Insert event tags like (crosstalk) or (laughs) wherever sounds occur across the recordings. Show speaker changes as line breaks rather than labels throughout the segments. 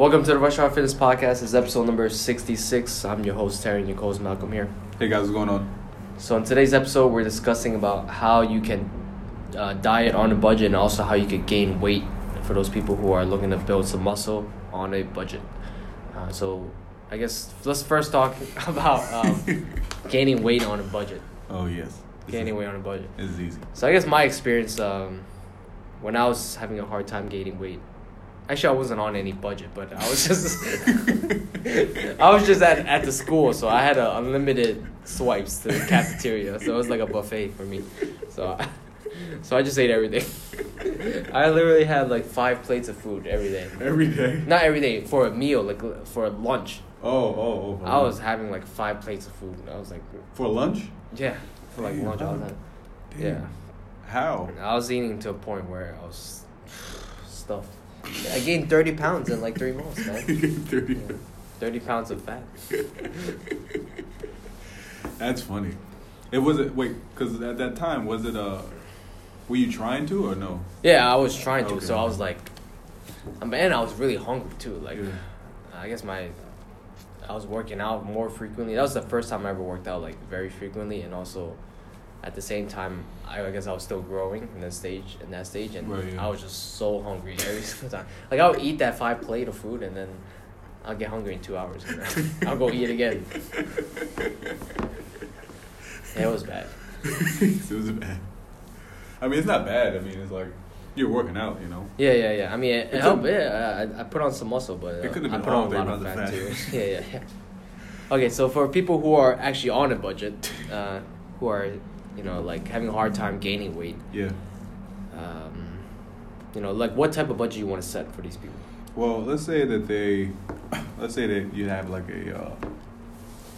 Welcome to the Restaurant Fitness Podcast. It's episode number 66. I'm your host, Terry, and your co-host, Malcolm here.
Hey guys, what's going on?
So in today's episode, we're discussing about how you can uh, diet on a budget and also how you could gain weight for those people who are looking to build some muscle on a budget. Uh, so I guess let's first talk (laughs) about um, gaining weight on a budget.
Oh yes.
Gaining weight on a budget.
This is easy.
So I guess my experience um, when I was having a hard time gaining weight. Actually, I wasn't on any budget, but I was just (laughs) I was just at, at the school, so I had a unlimited swipes to the cafeteria. So it was like a buffet for me. So (laughs) I, so I just ate everything. (laughs) I literally had like five plates of food every day.
Every day.
Not every day for a meal, like l- for lunch.
Oh oh oh.
I was having like five plates of food. I was like,
for lunch.
yeah, for like
Damn.
lunch. I was like, yeah.
How? (laughs)
I was eating to a point where I was (sighs) stuffed. I gained 30 pounds in like three months, man.
Thirty.
Yeah. 30 pounds of fat.
That's funny. It was it wait because at that time was it uh were you trying to or no?
Yeah, I was trying to, so
Okay.
I was like, I mean, and I was really hungry too. Like,
Yeah.
I guess my, I was working out more frequently. That was the first time I ever worked out like very frequently, and also, at the same time, I, I guess I was still growing in that stage, in that stage, and
Right, yeah.
I was just so hungry every (laughs) single time. Like I would eat that five plate of food, and then I'll get hungry in two hours. (laughs) and then I'll go eat
(laughs)
again. Yeah, it was bad.
it was (laughs) bad. I mean, it's not bad. I mean, it's like you're working out, you know.
Yeah, yeah, yeah. I mean, it, it,
It
helped.
could-
Yeah, I, I put on some muscle, but uh,
It could have
I
been
put on
all
a
day
lot of
rather
fat
fat.
too.
(laughs)
yeah, yeah, yeah. Okay, so for people who are actually on a budget, uh, who are, you know, like having a hard time gaining weight,
Yeah.
um, you know, like what type of budget you want to set for these people?
Well, let's say that they, (coughs) let's say that you have like a, uh,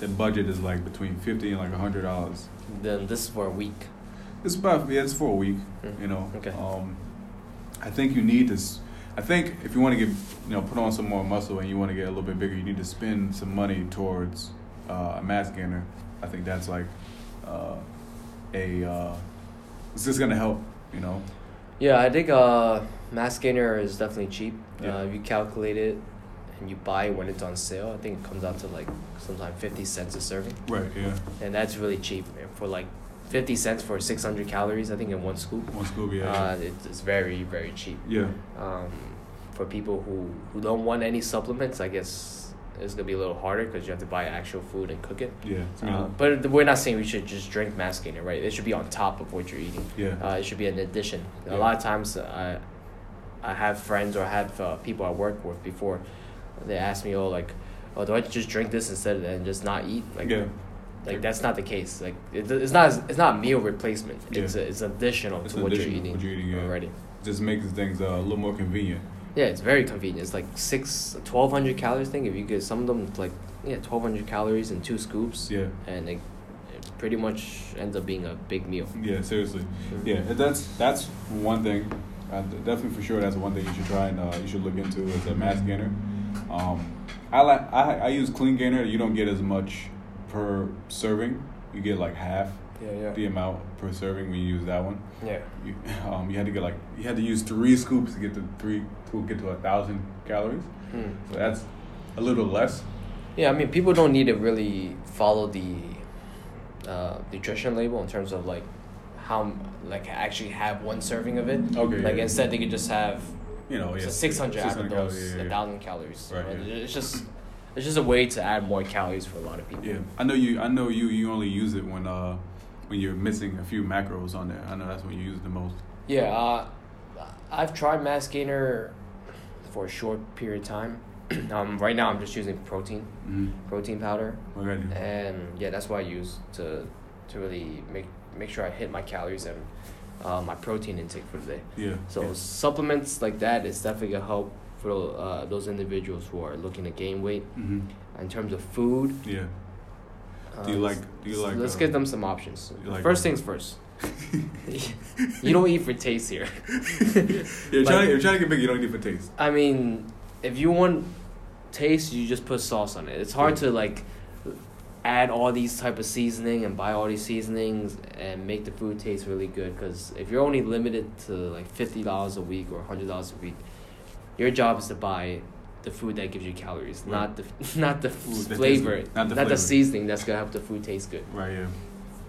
the budget is like between fifty and like a hundred dollars.
Then this is for a week.
It's about yeah, it's for a week.
Mm,
You know.
okay.
Um, I think you need to. s- I think if you want to get you know put on some more muscle and you want to get a little bit bigger, you need to spend some money towards uh, a mass gainer. I think that's like uh, a. Uh, it's just gonna help. You know.
Yeah, I think uh, mass gainer is definitely cheap.
Yeah.
Uh, if you calculate it and you buy when it's on sale, I think it comes out to like sometimes 50 cents a serving.
Right. Yeah.
and that's really cheap man. for like 50 cents for 600 calories i think in one scoop
One scoop. Yeah.
uh, it's, it's very very cheap
yeah.
um, for people who, who don't want any supplements i guess it's gonna be a little harder because you have to buy actual food and cook it
Yeah. It's gonna
uh,
help.
but we're not saying we should just drink mass gainer right it should be on top of what you're eating
yeah.
uh, it should be an addition.
Yeah.
A lot of times, I, I have friends or I have uh, people I work with before, they ask me, "Oh, like, oh, do I just drink this instead of that and just not eat?" Like,
Yeah.
like that's not the case. Like, it, it's not it's not a meal replacement.
Yeah.
It's a, it's additional
It's
to what,
additional to
you're
what you're eating, yeah.
already.
just making things uh, a little more convenient.
Yeah, it's very convenient. It's like six, 1,200 calories thing. If you get some of them, it's like yeah, twelve hundred calories and two scoops,
Yeah.
and it, it pretty much ends up being a big meal.
Yeah, seriously. Yeah, and that's that's one thing. Uh, definitely for sure, that's one thing you should try and uh, you should look into is a mass gainer. Um, I like I, I use clean gainer. You don't get as much per serving. You get like half
Yeah,
the amount per serving when you use that one.
yeah.
You, (laughs) um, you had to get like you had to use three scoops to get to three to get to a thousand calories.
Hmm.
So that's a little less.
Yeah, I mean, people don't need to really follow the uh, nutrition label in terms of like how m- like actually have one serving of it.
Okay,
Like
yeah.
instead, they could just have
You know, Oh, yeah.
six hundred out of
600
those
calories, yeah, yeah, yeah.
thousand calories. you
Right,
know?
yeah.
It's just it's just a way to add more calories for a lot of people.
Yeah, I know you. I know you. You only use it when uh when you're missing a few macros on there. I know that's when you use it the most.
Yeah, uh, I've tried mass gainer for a short period of time. (clears throat) um, right now, I'm just using protein,
Mm-hmm.
protein powder.
What gotta do?
and yeah, that's what I use to to really make make sure I hit my calories and uh, my protein intake for the day.
Yeah.
So
yeah.
supplements like that is definitely gonna help for uh, those individuals who are looking to gain weight.
hmm
In terms of food,
Yeah.
uh,
Do you like? Do you
let's-
like?
Let's
uh,
give them some options.
you like-
first things first. (laughs) you don't eat for taste here.
(laughs) Yeah, you're, trying
like-
to, you're trying to get big. You don't need for taste.
I mean, if you want taste, you just put sauce on it. It's hard to like add all these type of seasoning and buy all these seasonings and make the food taste really good. Because if you're only limited to like fifty dollars a week or hundred dollars a week, your job is to buy the food that gives you calories,
Right.
not the (laughs) not the
Food that
flavor,
tastes
not
good. Not
the,
the
not the
flavor.
seasoning that's gonna help the food taste good.
Right. Yeah.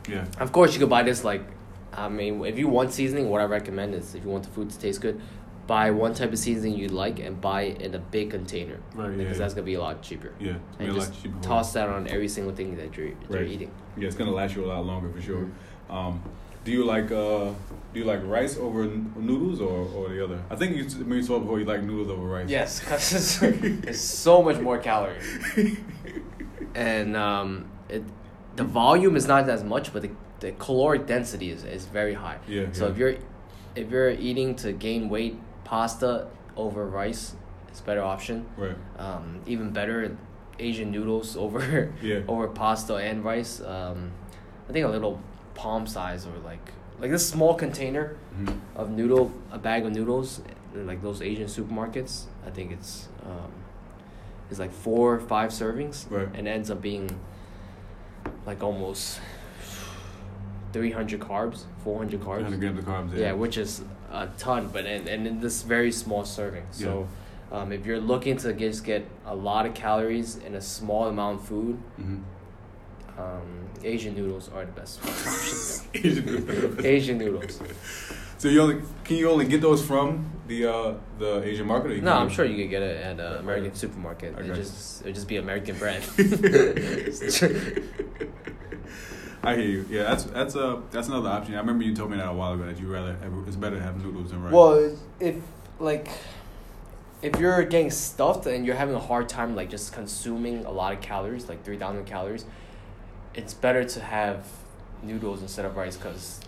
Yeah.
Of course, you could buy this like, I mean, if you want seasoning, what I recommend is if you want the food to taste good, buy one type of seasoning you like and buy it in a big container
Right. Yeah. Mm-hmm.
because that's gonna be a lot cheaper.
yeah.
And
Real
just
life cheaper.
toss that on every single thing that you're, that you're
Right.
eating.
Yeah, it's gonna last you a lot longer for sure.
Mm-hmm.
Um, do you like uh, do you like rice over n- noodles or, or the other? I think you t- we saw before you like noodles over rice.
Yes, (laughs) because it's, it's so much more calories. and um, it, the volume is not as much, but the, the caloric density is, is very high.
Yeah,
So
yeah.
if you're if you're eating to gain weight, pasta over rice is a better option.
(laughs) Right.
Um, even better, Asian noodles (laughs) over
Yeah.
over pasta and rice. Um, I think a little palm size or like like this small container
Mhm.
of noodle a bag of noodles in, like those Asian supermarkets. I think it's um, it's like four or five servings
Right.
and ends up being like almost three hundred carbs, four hundred carbs.
100 grams of carbs.
Yeah, which is a ton, but and and in this very small serving. So, um, if you're looking to just get a lot of calories in a small amount of food,
Mhm.
um, Asian noodles are the best.
(laughs) Asian noodles.
Asian noodles.
So you only can you only get those from the uh, the Asian market? Or you
No,
can
I'm
get-
sure you could get it at an
Right.
American supermarket. It
Okay.
just it would just be American
(laughs)
brand.
I hear you. Yeah, that's that's a that's another option. I remember you told me that a while ago that you rather have, it's better to have noodles than rice.
Well, if like if you're getting stuffed and you're having a hard time like just consuming a lot of calories, like 3000 calories, it's better to have noodles instead of rice cuz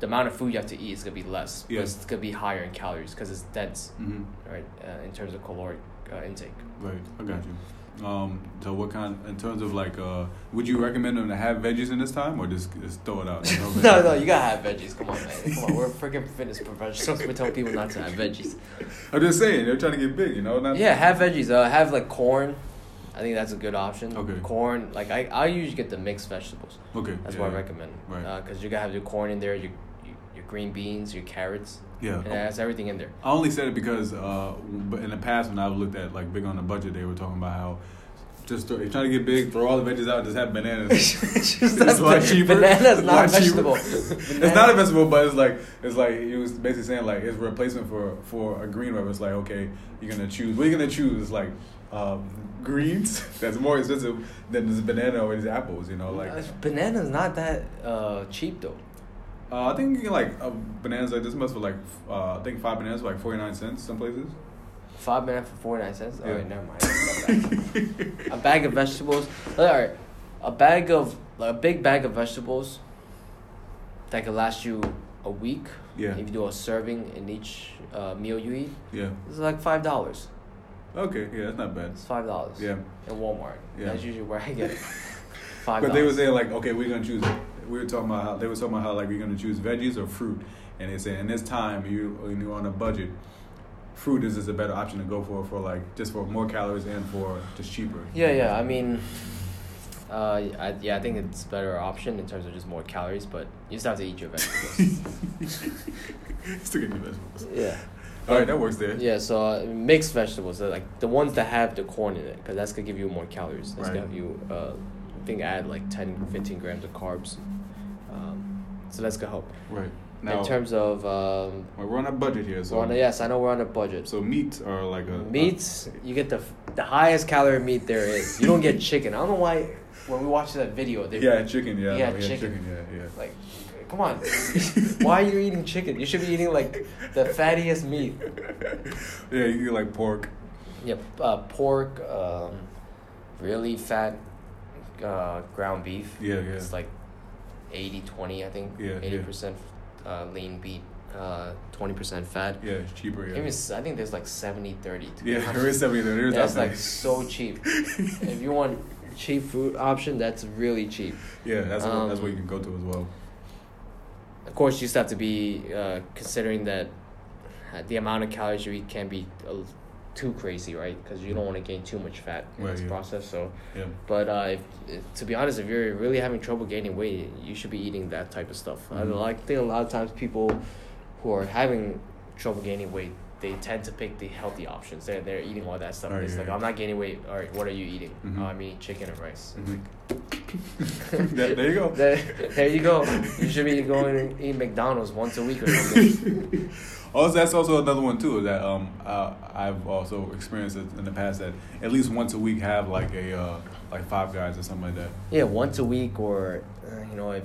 the amount of food you have to eat is going to be less.
Yeah.
But it's going to be higher in calories cuz it's dense,
hmm
right? Uh, in terms of caloric uh, intake. (laughs)
Right, I got you. Um, so what kind? In terms of like, uh, would you recommend them to have veggies in this time, or just just throw it out?
(laughs) no, no, you got to have veggies. Come on, man. Come on. We're freaking fitness professionals. We're telling people not to have veggies.
I'm just saying they're trying to get big, you know. Not,
Yeah, have veggies. Uh, have like corn. I think that's a good option.
Okay.
Corn, like I, I usually get the mixed vegetables.
Okay.
That's
yeah,
what I
yeah.
recommend. Uh,
Right.
Because you're gonna have your corn in there, your your- your green beans, your carrots.
Yeah.
And it has everything in there.
I only said it because, uh, but in the past when I've looked at like big on the budget, they were talking about how just throw, you're trying to get big, throw all the veggies out, just have
(laughs)
bananas.
Just
(laughs) It's a lot cheaper.
Banana's
It's a
not a
lot cheaper.
vegetable.
(laughs) it's not a vegetable, but it's like it's like he was basically saying like it's a replacement for for a green where it's like okay, you're gonna choose. What are you gonna choose? It's like um, greens (laughs) that's more expensive than this banana or these apples. You know, like
Uh, banana's not that uh, cheap though.
uh, I think you can like uh, bananas like this much for like f- uh, I think five bananas for like forty nine cents some places.
Five banana for forty nine cents. All right,
Yeah.
never mind. a bag of vegetables. All right, a bag of like, a big bag of vegetables that could last you a week.
Yeah.
If you do a serving in each uh, meal you eat,
Yeah.
it's like five dollars.
Okay. Yeah, that's not bad.
It's five dollars.
Yeah.
In Walmart.
Yeah.
That's usually where I get
(laughs)
it. Five.
But they were
dollars.
saying like, okay, we're gonna choose. We were talking about how they were talking about how like we're gonna choose veggies or fruit, and they said in this time you when you're on a budget, fruit is just a better option to go for for like just for more calories and for just cheaper. (laughs)
Yeah, yeah. I mean, uh, I, yeah, I think it's a better option in terms of just more calories, but you just have to eat your
(laughs)
vegetables.
Still gonna be vegetables.
yeah.
All right, that works there.
Yeah, so uh, mixed vegetables, uh, like the ones that have the corn in it, because that's gonna give you more calories. That's
Right.
gonna give you, uh, I think, add like 10, 15 grams of carbs. Um, so that's gonna help.
Right now
in terms of, um,
we're on a budget here, so
we're on a, yes, I know we're on a budget.
so uh, meats are like a
Meats, you get the f- the highest calorie meat there is. You don't get chicken. I don't know why when we watched that video, they
yeah, chicken. Yeah,
Yeah,
yeah,
chicken.
chicken. Yeah, yeah.
like, come on, why are you eating chicken? You should be eating like the fattiest meat.
yeah, you get like pork.
Yeah, uh, pork, um, really fat uh, ground beef.
Yeah, yeah.
It's like 80 20, I think.
Yeah, yeah.
80% Uh, lean beef, uh, 20% fat.
Yeah, it's cheaper. Yeah,
Even s- I think there's like 70 30. (laughs)
yeah. (laughs) There is seventy there. There's
That's
that thing.
like so cheap. if you want cheap food option, that's really cheap.
Yeah, that's what, that's
Um,
what you can go to as well.
Of course, you just have to be uh, considering that uh, the amount of calories you eat can be a l- too crazy, right? Because you don't want to gain too much fat in
Right,
this
yeah.
process. So,
Yeah.
but uh, if, if- to be honest, if you're really having trouble gaining weight, you should be eating that type of stuff. I
Mhm.
like think a lot of times people who are having trouble gaining weight, they tend to pick the healthy options. They're they're eating all that stuff.
Oh,
it's
yeah,
like
yeah.
I'm not gaining weight. All right, what are you eating?
Mhm.
Oh, I'm eating chicken and
(laughs)
rice. (laughs) It's
Mhm. There- there you go.
there, there you go. You should be going and eating McDonald's once a week or something.
also, Oh, that's also another one too that um uh, I've also experienced it in the past that at least once a week have like a uh, like Five Guys or something like that.
yeah, once a week or uh, you know if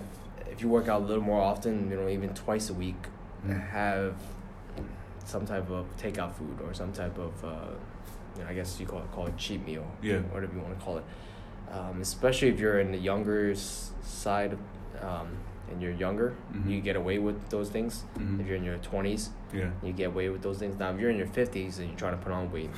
if you work out a little more often, you know even twice a week,
Mhm.
have some type of takeout food or some type of uh, you know I guess you call it, call it cheap meal.
Yeah.
Whatever you want to call it. Um, especially if you're in the younger s- side, um, and you're younger,
Mhm.
you get away with those things.
Mhm.
If you're in your twenties,
Yeah.
you get away with those things. Now, if you're in your fifties and you're trying to put on
(laughs)
weight,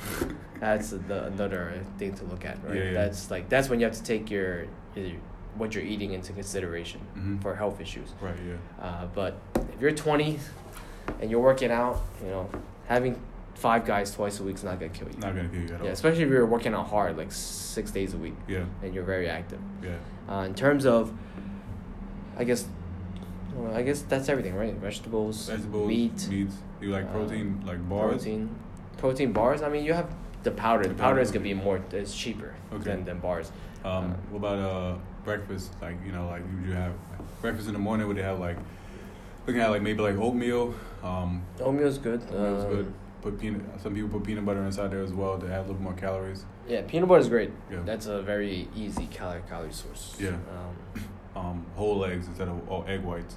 that's the, another thing to look at, right?
Yeah, yeah.
That's like that's when you have to take your, your what you're eating into consideration
Mhm.
for health issues.
Right. Yeah.
Uh, but if you're 20 and you're working out, you know, having five guys twice a week is not gonna kill you.
Not gonna kill you at
yeah,
all.
especially if you're working out hard, like six days a week,
Yeah.
and you're very active.
Yeah.
Uh, in terms of, I guess, well, I guess that's everything, right? Vegetables,
Vegetables.
meat,
Meats. You like
uh,
protein, like bars.
protein, protein bars. I mean, you have the powder.
The
The powder is
powder,
gonna be more. It's cheaper
Okay.
than than bars.
Um,
Uh,
what about uh breakfast? Like you know, like would you have breakfast in the morning? Would they have like looking at like maybe like oatmeal? Um,
Oatmeal's Uh, good.
oatmeal's
um,
good. Put peanut. Some people put peanut butter inside there as well to add a little more calories.
Yeah, peanut butter is great.
Yeah.
That's a very easy calorie calorie source.
Yeah.
Um,
Um, whole eggs instead of all egg whites.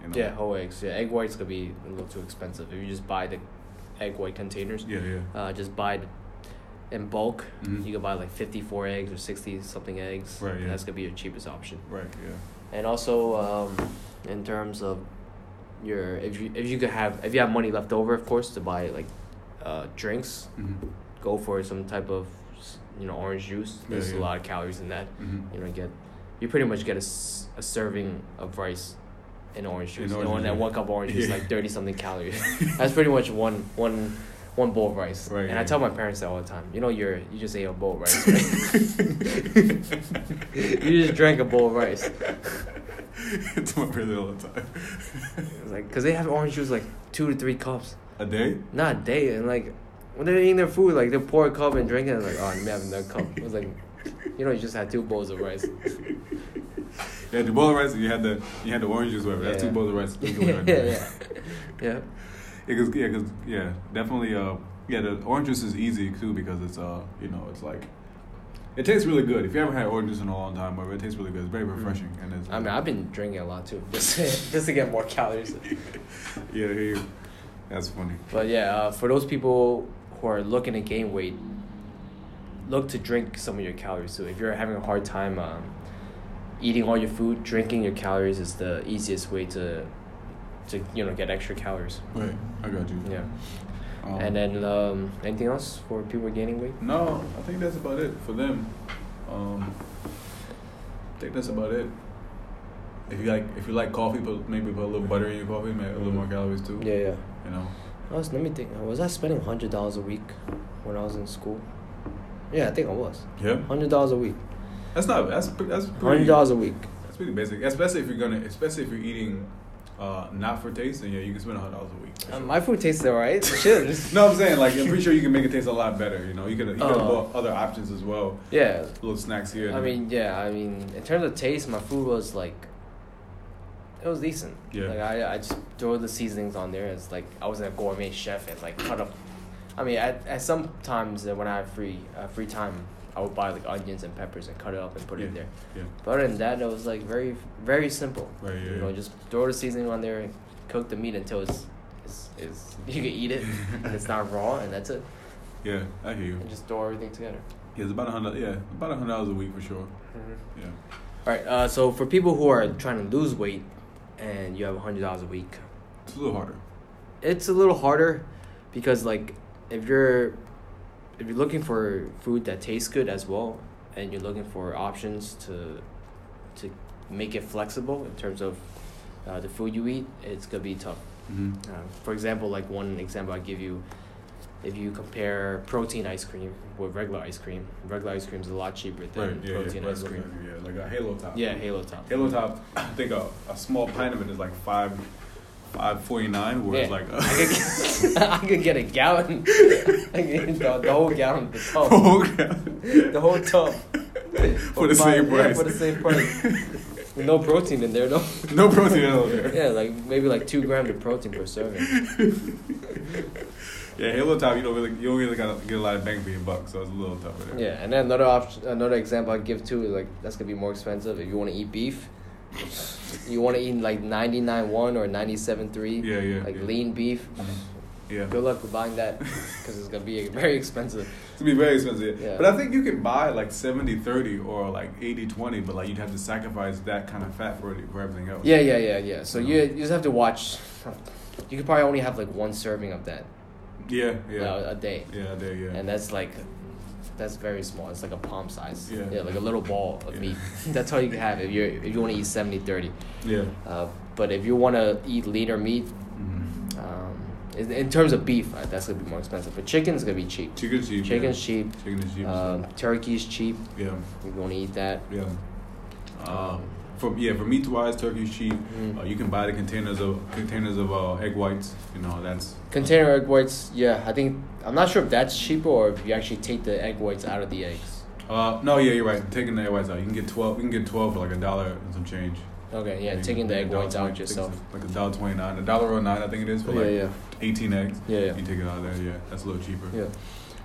You know?
Yeah, whole eggs. Yeah, egg whites could be a little too expensive. If you just buy the egg white containers,
Yeah, yeah.
uh, just buy it in bulk.
Mhm.
You can buy like fifty four eggs or sixty something eggs.
Right, yeah.
That's gonna be your cheapest option.
Right. Yeah.
And also, um, in terms of your if you if you could have if you have money left over, of course, to buy like uh, drinks,
Mm-hmm.
go for some type of you know orange juice.
Yeah,
There's
yeah.
a lot of calories in that.
(laughs) Mm-hmm.
You know, get you pretty much get a, s- a serving of rice and orange
And
juice. and
orange
one,
juice,
that
yeah.
one cup of orange juice is
Yeah.
like thirty something calories.
(laughs)
(laughs) That's pretty much one one one bowl of rice.
Right,
and
yeah.
I tell my parents that all the time. You know, you're you just ate a bowl of
(laughs)
rice. (laughs) right? you just drank a bowl of rice.
to my brother all the time.
It's like because they have orange juice like two to three cups,
A day?
not a day. And like when they're eating their food, like they pour a cup and drink it. And like oh, let me have another cup. It was like. You know, you just had two bowls of rice.
You had the bowl of rice and you had the you had the orange juice, whatever. That's
Yeah.
two bowls
(laughs)
of rice. That's the way
yeah,
right there.
yeah, yeah.
Yeah, cause, yeah, 'cause- yeah, definitely. Uh, yeah, the orange juice is easy too because it's uh, you know, it's like, it tastes really good. If you haven't had orange juice in a long time, but it tastes really good. It's very refreshing and it's.
Mm. I mean, I've been drinking a lot too, (laughs) just just to get more calories.
yeah, yeah, yeah. that's funny.
But yeah, uh, for those people who are looking to gain weight, look to drink some of your calories too. If you're having a hard time um, eating all your food, drinking your calories is the easiest way to to you know get extra calories.
Right, I got you.
Yeah.
Um,
and then um, anything else for people gaining weight?
No, I think that's about it for them. Um, I think that's about it. If you like, if you like coffee, put maybe put a little butter in your coffee, maybe a little more calories too.
Yeah, yeah.
You know.
I was, let me think. Was I spending hundred dollars a week when I was in school? Yeah, I think I was.
Yeah.
Hundred dollars a week.
That's not. That's pre- that's pretty.
Hundred dollars a week.
That's pretty basic, especially if you're gonna, especially if you're eating uh, not for taste, and yeah, you can spend a hundred dollars a week. for
Uh,
sure.
my food tastes alright. Shit.
no, I'm saying like I'm pretty sure you can make it taste a lot better. You know, you could you could have
Uh.
bought other options as well,
(laughs) Yeah.
little snacks here. and
I
there.
mean, yeah. I mean, in terms of taste, my food was like, it was decent.
Yeah.
Like I, I just throw the seasonings on there. It's like I was a gourmet chef and like cut up. I mean, at, at some times uh, when I have free uh, free time, I would buy like onions and peppers and cut it up and put it in
Yeah.
there.
yeah,
But other than that, it was like very very simple.
right, yeah,
You know, just throw the seasoning on there and cook the meat until it's it's, it's (laughs) you can eat
(laughs)
it. and it's not raw, and that's it.
yeah. I hear you.
And just throw everything together.
Yeah, it's about a hundred. Yeah, about a hundred dollars a week for sure. Yeah.
All right. Uh, so for people who are trying to lose weight, and you have hundred dollars a week,
It's a little harder.
it's a little harder because like if you're if you're looking for food that tastes good as well, and you're looking for options to to make it flexible in terms of uh, the food you eat, it's gonna be tough.
Mm-hmm.
Uh, for example, like one example I give you, if you compare protein ice cream with regular ice cream, regular ice cream is a lot cheaper than
Right. Yeah,
protein
yeah,
ice cream.
Yeah, like a Halo top.
Yeah, Halo Top.
Halo top. I think a, a small pint of it is like five five forty nine, where it's like (laughs)
I, could get, (laughs) I could get a gallon. (laughs) I could get the, the whole gallon, the tub. The whole tub.
(laughs) for the same
Yeah,
price.
for the same
(laughs)
price. With no protein in there, no.
no protein at all. there.
Yeah, like maybe like two grams of protein per serving.
Yeah, Halo Top, you don't really, you don't really gotta get a lot of bang for your buck, so it's a little tougher. There.
Yeah, and then another option, another example I'd give too is like that's gonna be more expensive if you want to eat beef. You want to eat like ninety nine one or ninety seven three.
Yeah, yeah,
Like
yeah. Mm-hmm.
lean beef.
Yeah.
Good luck with buying
(laughs)
that because it's gonna be very expensive.
It's gonna be very expensive.
Yeah.
But I think you can buy like 70 30 or like 80 20, but like you'd have to sacrifice that kind of fat for, it- for everything else.
Yeah, yeah, yeah, yeah. So you you just have to watch. You could probably only have like one serving of that
Yeah,
uh,
yeah.
a day,
yeah, there, yeah.
and that's like that's very small. It's like a palm size.
Yeah.
like a little ball of
Yeah.
meat. That's all you can have if you if you want to eat 70 30
yeah.
Uh, but if you want to eat leaner meat,
Mm-hmm.
um, in, in terms of beef, uh, that's gonna be more expensive. But chicken's gonna be cheap.
Chicken's cheap.
Chicken's cheap.
yeah. Chicken is cheap.
Um, turkey's cheap.
yeah,
You're gonna eat that.
yeah. Um, for, yeah, for meat wise, turkey's cheap.
Mm.
Uh, you can buy the containers of containers of uh, egg whites. You know, that's.
Container egg whites, yeah, I think I'm not sure if that's cheaper or if you actually take the egg whites out of the eggs.
Uh, no, yeah, you're right. Taking the egg whites out, you can get twelve. You can get twelve for like a dollar and some change.
Okay, yeah,
Maybe
taking the
a
egg
dollar
whites out
twenty- I think
yourself.
it's Like a dollar twenty nine, a dollar oh nine, I think it is for
Yeah,
like
yeah,
eighteen eggs.
yeah, yeah,
You take it out of there, yeah. That's a little cheaper.
yeah.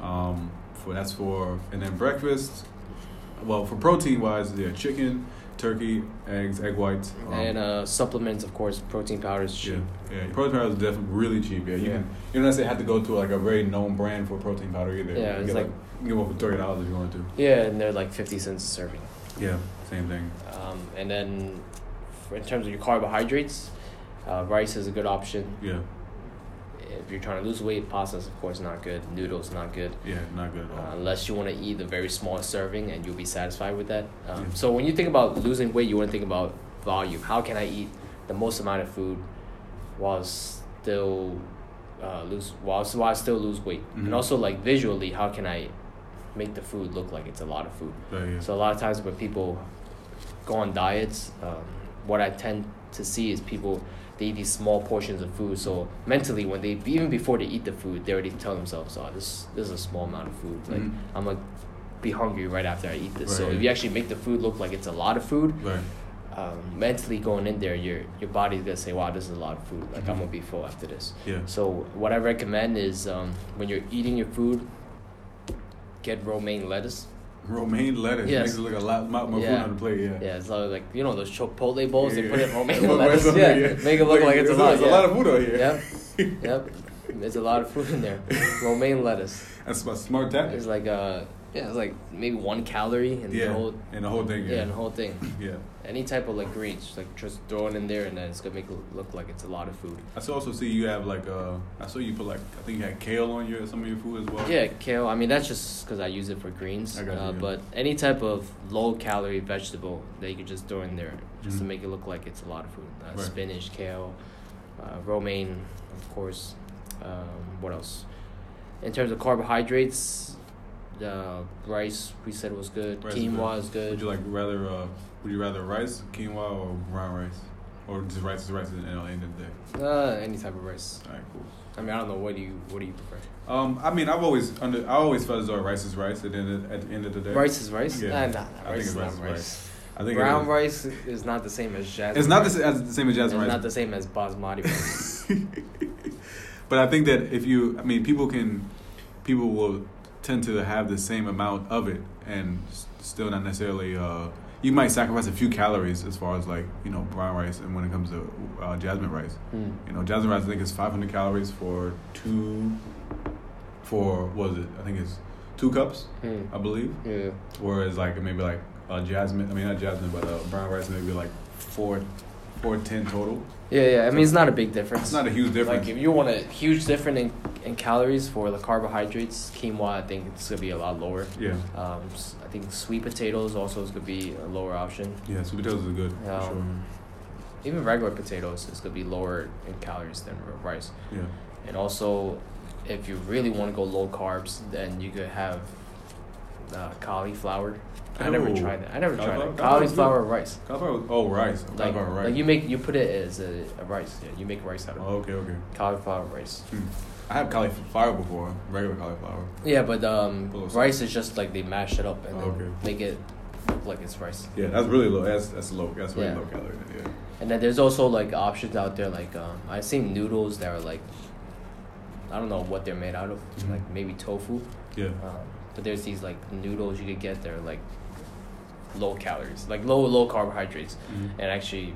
Um, for that's for and then breakfast. Well, for protein wise, yeah, chicken, turkey, eggs, egg whites, um,
And uh, supplements, of course, protein powders.
yeah,
Cheap.
yeah. Protein powder is definitely really cheap. Yeah, you
Yeah.
can. You don't necessarily have to go to like a very known brand for protein powder either.
Yeah,
you can
it's
get,
like-
you can get one for thirty dollars if you want to.
Yeah. and they're like fifty cents a serving.
Yeah, same thing.
Um, and then, for, in terms of your carbohydrates, uh, rice is a good option.
Yeah,
If you're trying to lose weight, pasta's of course not good. Noodles not good.
yeah, not good at
Uh,
all.
unless you want to eat a very small serving and you'll be satisfied with that. Um,
Yeah.
So when you think about losing weight, you want to think about volume. How can I eat the most amount of food while still uh, lose while while I still lose weight?
Mhm.
And also like visually, how can I make the food look like it's a lot of food?
But yeah,
So a lot of times when people go on diets, um, what I tend to see is people they eat these small portions of food. So mentally, when they even before they eat the food, they already tell themselves, "Oh, this this is a small amount of food. Like
Mhm.
I'm gonna be hungry right after I eat this." So
Right.
if you actually make the food look like it's a lot of food,
right.
um, mentally going in there, your your body's gonna say, "Wow, this is a lot of food. Like I'm
Mhm.
gonna be full after this."
Yeah,
So what I recommend is um, when you're eating your food, get romaine lettuce.
romaine lettuce
Yes.
makes it look a lot more more
Yeah.
food on the plate. Yeah.
Yeah, it's lot of like you know those Chipotle bowls they
Yeah.
put in
(laughs)
romaine
Put
lettuce.
rice on
Yeah,
there, yeah.
make it look like it's a lot.
There's a lot of food out here.
yeah. Yep,
(laughs)
yep. There's a lot of food in there. Romaine lettuce.
That's my smart tactic.
It's like uh, yeah, it's like maybe one calorie and
Yeah,
the whole
and the whole thing.
yeah,
Yeah,
and the whole thing.
yeah.
Any type of like greens, just, like just throw it in there, and then it's gonna make it look like it's a lot of food.
I saw also see you have like uh, I saw you put like I think you had kale on your some of your food as well.
Yeah, kale. I mean, that's just because I use it for greens.
I got you,
uh,
yeah.
But any type of low calorie vegetable that you could just throw in there just to
Mhm.
make it look like it's a lot of food. Uh,
Right.
Spinach, kale, uh, romaine, of course. Um, what else? In terms of carbohydrates, uh, rice we said was good.
Rice is
Quinoa
good.
is
Would
good.
you like rather uh, would you rather rice, quinoa, or brown rice, or just rice is rice and it'll end of the day?
Uh, any type of rice.
All right, cool.
I mean, I don't know. What do you What do you prefer?
Um, I mean, I've always under I always felt as though rice is rice at the end of, at the end of the day.
Rice is rice.
Yeah.
Nah, nah,
I
nah,
think
rice
it's
is
rice
not
is
rice.
I think
Brown
it
rice is not the same as
is.
jasmine.
It's not the,
rice.
sa- as the same as
It's
jasmine rice,
not the same as basmati rice.
but I think that if you, I mean, people can, people will tend to have the same amount of it and s- still not necessarily. Uh, you might sacrifice a few calories as far as like you know brown rice and when it comes to uh, jasmine rice.
Hmm.
You know, jasmine rice I think is 500 calories for two, for what is it? I think it's two cups,
Hmm.
I believe.
Yeah.
Whereas like maybe like uh, jasmine, I mean not jasmine, but uh, brown rice maybe like four, four ten total.
Yeah, yeah. I mean, it's not a big difference.
It's not a huge difference.
Like, if you want a huge difference in, in calories for the carbohydrates, quinoa, I think it's going to be a lot lower.
yeah.
Um, s- I think sweet potatoes also is going to be a lower option.
Yeah, sweet potatoes is good. for
Um, Even regular potatoes is going to be lower in calories than r- rice.
sure. Yeah.
And also, if you really want to go low carbs, then you could have uh, cauliflower. I never
Oh.
tried that. I never tried
Cauliflower-
that.
cauliflower is
Cauliflower rice.
Cauliflower. Oh, rice.
Like,
cauliflower rice.
like you make you put it as a, a rice. Yeah, you make rice out of
oh,
it.
okay, okay.
cauliflower rice.
Hmm. I have cauliflower before, regular cauliflower.
Yeah, but um,
Full of
rice is just like they mash it up and
Oh,
then
okay.
make it look like it's rice.
Yeah, that's really low. That's that's low. That's really
Yeah.
low calorie. Yeah.
And then there's also like options out there like um, I've seen noodles that are like I don't know what they're made out of,
Mhm.
like maybe tofu.
Yeah.
Um, but there's these like noodles you could get that are like low calories, like low low carbohydrates,
Mhm.
Mm-hmm. and actually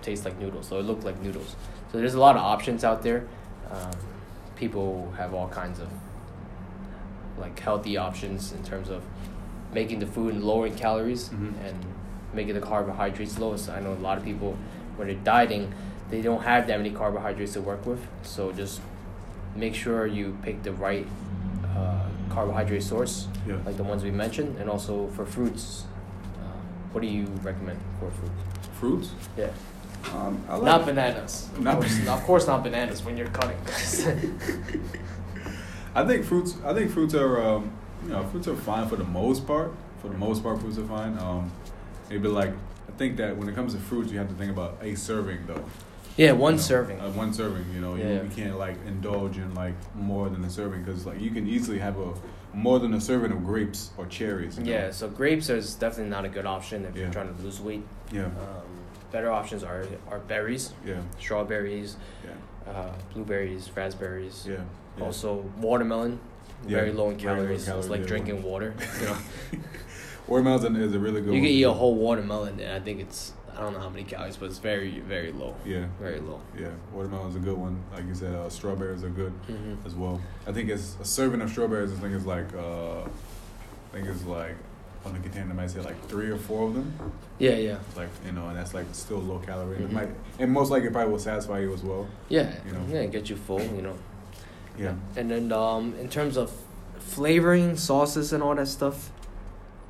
taste like noodles. So it looked like noodles. So there's a lot of options out there. Um, people have all kinds of like healthy options in terms of making the food lower in calories
Mhm.
and making the carbohydrates low. So I know a lot of people when they're dieting, they don't have that many carbohydrates to work with. So just make sure you pick the right uh, carbohydrate source,
Yeah.
like the ones we mentioned, and also for fruits. Uh, what do you recommend for fruit?
Fruits.
Yeah,
Um, I
not bananas. Of
Not-
course- of course, not bananas when you're cutting.
(laughs) I think fruits. I think fruits are um, you know fruits are fine for the most part. For the most part, fruits are fine. Um, maybe like I think that when it comes to fruits, you have to think about a serving though.
yeah, one
you know,
serving.
Uh, one serving. You know,
Yeah.
you, you can't like indulge in like more than a serving because like you can easily have a more than a serving of grapes or cherries. you know?
yeah, so grapes is definitely not a good option if
Yeah.
you're trying to lose weight.
Yeah.
Um, better options are are berries,
Yeah.
strawberries,
Yeah.
uh, blueberries, raspberries.
Yeah. yeah.
Also, watermelon,
Yeah,
very low in
very low
calories.
calorie,
it's like
yeah.
drinking water. You, know?
Watermelon is a really (laughs) good.
you can
one.
eat a whole watermelon, and I think it's I don't know how many calories, but it's very very low.
Yeah.
Very low.
Yeah. Watermelon's a good one. Like you said, uh, strawberries are good. as well. I think it's a serving of strawberries. I think it's like uh, I think it's like on the container. It might say like three or four of them.
Yeah, yeah,
Like you know, and that's like still low calorie.
Mhm.
It might and most likely it probably will satisfy you as well.
yeah,
You know.
yeah. Get you full, you know.
Yeah.
And then um, in terms of flavoring, sauces, and all that stuff,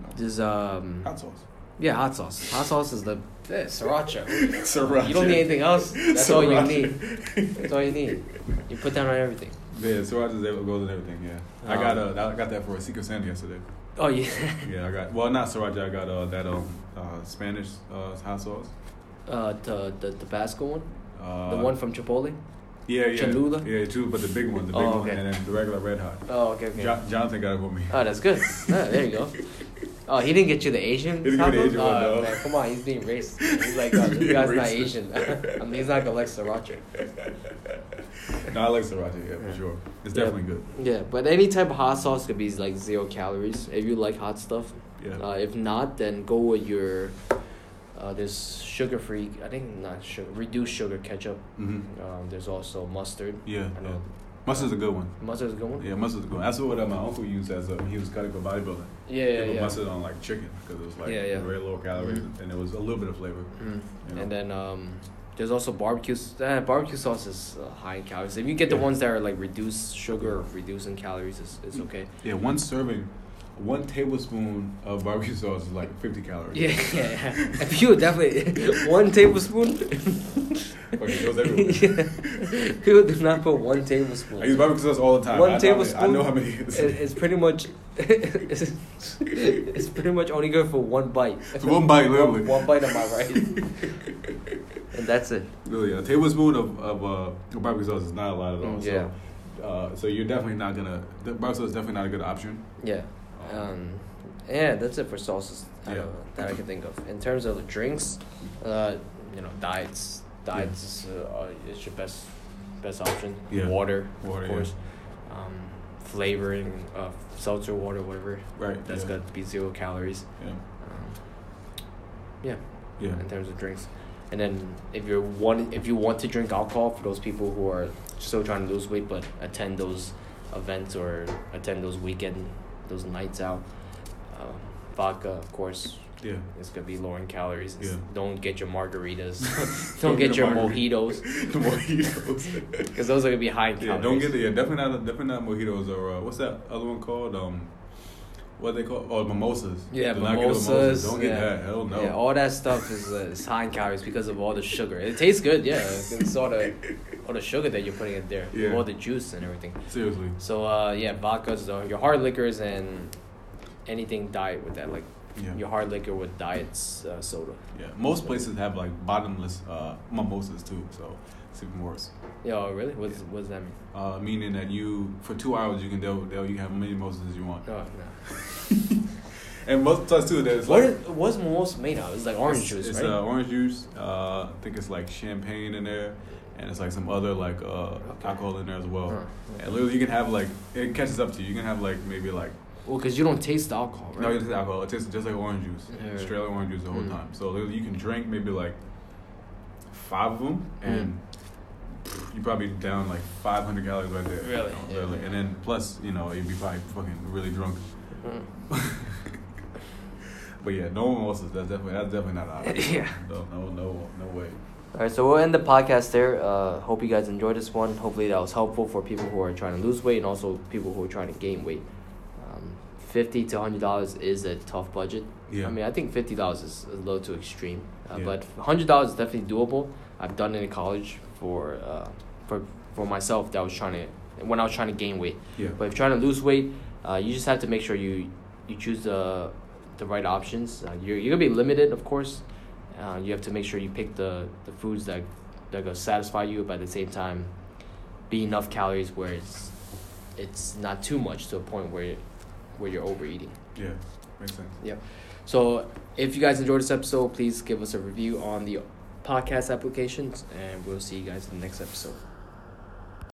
No.
there's um,
Hot sauce. (laughs)
yeah, hot sauce. Hot sauce is the yeah, sriracha.
Sriracha.
You don't need anything else. That's all you
Sriracha.
need. That's all you need. You put that on everything.
Yeah, sriracha is ev- goes in everything. Yeah. I
Um,
got uh, I got that for a secret Santa yesterday.
Oh yeah. (laughs)
Yeah, I got well not sriracha. I got uh that um uh Spanish uh hot sauce.
Uh, the the Tabasco one,
Uh,
the one from Chipotle.
yeah, yeah,
Cholula?
yeah, too, but the big one, the big
Oh,
one,
okay.
and then the regular red hot.
Oh okay okay.
Jo- Jonathan got it for me.
Oh, that's good. Yeah, there you
(laughs)
go. Oh, he didn't get you the Asian.
He didn't get
tacos?
the Asian one,
Oh,
no.
man, come on, he's being racist.
(laughs)
He's like, oh,
He's
this
being
guy's not
racist.
Asian. (laughs) I mean, he's not gonna like sriracha.
No, I like sriracha, yeah,
Yeah.
for sure. It's
Yeah.
definitely good.
Yeah, but any type of hot sauce could be like zero calories if you like hot stuff.
Yeah.
Uh, if not, then go with your uh, this sugar free. I think not sugar, reduced sugar ketchup.
hmm
Um, there's also mustard.
Yeah,
I
yeah.
know
Mustard's a good one.
mustard's a good one.
Yeah, mustard's a good one. That's what uh, my uncle used as a, he was cutting for bodybuilding.
Yeah,
He
yeah,
put
yeah.
mustard on like chicken because it was like
Yeah, yeah.
very low calories
Mhm.
and it was a little bit of flavor.
Mm.
You know?
And then um, there's also barbecue. s- Uh, barbecue sauce is uh, high in calories. If you get the
Yeah.
ones that are like reduced sugar or reducing calories, it's, it's okay.
Yeah, one serving, one tablespoon of barbecue sauce is like 50 calories.
Yeah, yeah, yeah. (laughs) If you definitely (laughs) one tablespoon.
Fuck, it goes
(laughs)
everywhere.
yeah. People do not put one tablespoon.
I use barbecue sauce all the time.
One
I, know how many-
tablespoon.
I know how many.
It, it's pretty much. (laughs) it's, it's pretty much only good for one bite.
It's one bite, literally.
One, one bite, am I
(laughs)
right? and that's it.
Really, a tablespoon of, of uh, barbecue sauce is not a lot at all.
Mm, yeah.
So, uh, so you're definitely not gonna. The barbecue sauce is definitely not a good option.
Yeah. Um, yeah, that's it for sauces I
Yeah.
don't know, that I can think of. In terms of the drinks, uh, you know, diets, diets is uh, uh, is your best best option.
Yeah.
Water,
Water,
of course. Um, flavoring, uh, seltzer water, whatever.
Right,
That's
yeah.
got to be zero calories.
Yeah.
Um, yeah.
Yeah.
In terms of drinks, and then if you're one, if you want to drink alcohol for those people who are still trying to lose weight but attend those events or attend those weekend, those nights out, um, vodka of course.
Yeah. (laughs)
It's gonna be low in calories. It's-
Yeah.
Don't get your margaritas. (laughs)
Don't (laughs)
don't
get
get
a
your
margarita.
mojitos (laughs)
the mojitos.
because those are gonna be high in calories.
yeah, don't get the yeah, definitely not definitely not mojitos or uh, what's that other one called? Um, what they call? Oh, mimosas.
Yeah,
Do not get the
mimosas.
Don't get
yeah.
that. Hell Oh, no.
Yeah, all that stuff is, uh, is high in calories because of all the sugar. It tastes good, yeah. It's all the all the sugar that you're putting in there,
Yeah.
all the juice and everything.
Seriously.
So uh, yeah, vodkas, uh, your hard liquors, and anything diet with that, like
Yeah.
your hard liquor with diets uh, soda.
Yeah, most places have like bottomless uh, mimosas too, so it's even worse.
Yeah, oh, really? What, does- what does that mean?
Uh, meaning that you for two hours you can deal, deal you can have as many mimosas as you want.
Oh, No, no.
And most times too, there's
What
like
is, what's mimosa made of? It's like orange juice,
it's
right?
uh, orange juice. Uh, I think it's like champagne in there, and it's like some other like uh,
Okay.
alcohol in there as well.
Huh.
And literally, you can have like it catches up to you. You can have like maybe like
Well, because you don't taste the alcohol, right?
no, it's alcohol. It tastes just like orange juice,
Yeah.
straight like orange juice the whole
Mm.
time. So literally, you can drink maybe like five of them,
Hmm.
and you probably down like five hundred calories right there.
Really?
You know,
Yeah.
literally. And then plus, you know, you'd be probably fucking really drunk.
Mm.
But yeah, no one else is. That's definitely that's definitely not an
(laughs)
option.
Yeah.
No, no, no, no way.
All right, so we'll end the podcast there. Uh, hope you guys enjoyed this one. Hopefully, that was helpful for people who are trying to lose weight and also people who are trying to gain weight. Um, fifty to hundred dollars is a tough budget.
Yeah.
I mean, I think fifty dollars is a little too extreme, uh,
Yeah.
but hundred dollars is definitely doable. I've done it in college for uh, for for myself that was trying to when I was trying to gain weight.
yeah.
But if you're trying to lose weight, uh, you just have to make sure you you choose the the right options. Uh, you're you're gonna be limited, of course. Uh, you have to make sure you pick the the foods that that gonna satisfy you, but at the same time, be enough calories where it's it's not too much to a point where where you're overeating.
Yeah, makes sense.
So if you guys enjoyed this episode, please give us a review on the podcast applications, and we'll see you guys in the next episode.